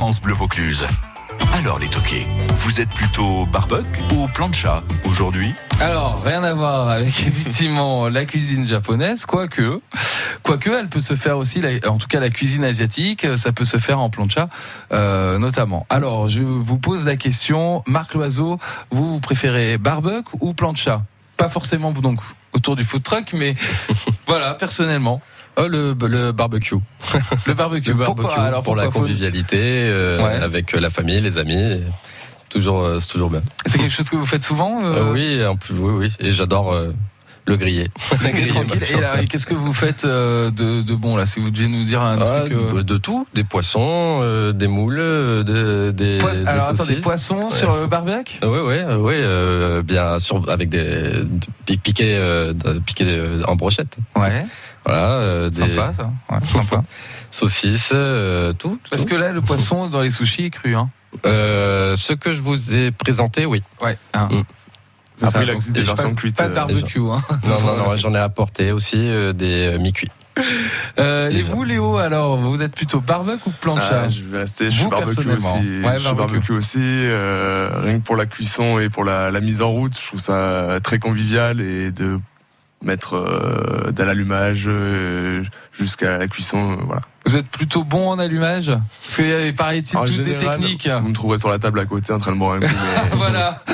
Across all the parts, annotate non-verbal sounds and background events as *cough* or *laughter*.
France Bleu Vaucluse. Alors les toqués, vous êtes plutôt barbecue ou plancha aujourd'hui Alors, rien à voir avec *laughs* effectivement la cuisine japonaise, quoique, quoique elle peut se faire aussi, la- en tout cas la cuisine asiatique, ça peut se faire en plancha euh, notamment. Alors, je vous pose la question, Marc Loiseau, vous, vous préférez barbecue ou plancha Pas forcément donc autour du food truck, *laughs* mais voilà, personnellement, Oh, le, le barbecue. *laughs* le barbecue. Le barbecue Pourquoi alors pour la pourquoi faut- convivialité, euh, Ouais. avec la famille, les amis. C'est toujours, euh, c'est toujours bien. C'est quelque chose que vous faites souvent euh, Euh, oui, en plus, oui, oui. Et j'adore euh, le griller. *laughs* Vous êtes tranquille. Et *laughs* là, et qu'est-ce que vous faites euh, de, de bon là Si vous deviez nous dire un Ah, truc. euh, bah, De tout, des poissons, euh, des moules, euh, de- des, pois- des alors attendez, saucisses. poissons Ouais. sur le barbecue Oui, oui, oui, euh, bien sûr, avec des pi- piquets, euh, de- piquets euh, en brochette. Ouais, Voilà, euh, des sympa ça. Ouais, sympa. saucisses, euh, tout. Parce tout. que là, le poisson dans les sushis est cru. Hein. Euh, ce que je vous ai *laughs* présenté, oui. Ouais. hein. Mm. C'est Après, ça, il a donc des c'est versions pas, cuites, Pas de euh, barbecue. Hein. Non, non, non, j'en ai apporté aussi euh, des euh, mi-cuits. Euh, et Déjà. vous, Léo, alors, vous êtes plutôt barbecue ou plancha Ah, je vais rester, je Vous, suis barbecue personnellement. aussi. Ouais, je suis barbecue barbecue aussi. euh, rien que pour la cuisson et pour la, la mise en route, je trouve ça très convivial et de mettre euh, de l'allumage euh, jusqu'à la cuisson. euh, Voilà. Vous êtes plutôt bon en allumage Parce qu'il y avait, paraît-il, En toutes des général, euh, techniques. Vous me trouverez sur la table à côté en train de boire un coup. *laughs* mais- voilà, *laughs*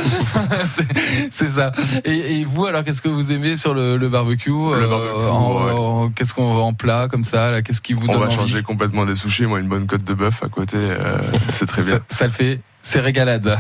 c'est- c'est ça. Et, et vous, alors, qu'est-ce que vous aimez sur le, le barbecue euh, barbecue, en- ouais. en- Qu'est-ce qu'on en plat comme ça là Qu'est-ce qui vous On donne va envie changer complètement des sushis. Moi, une bonne côte de bœuf à côté, euh, c'est très bien. ça, ça le fait, c'est régalade.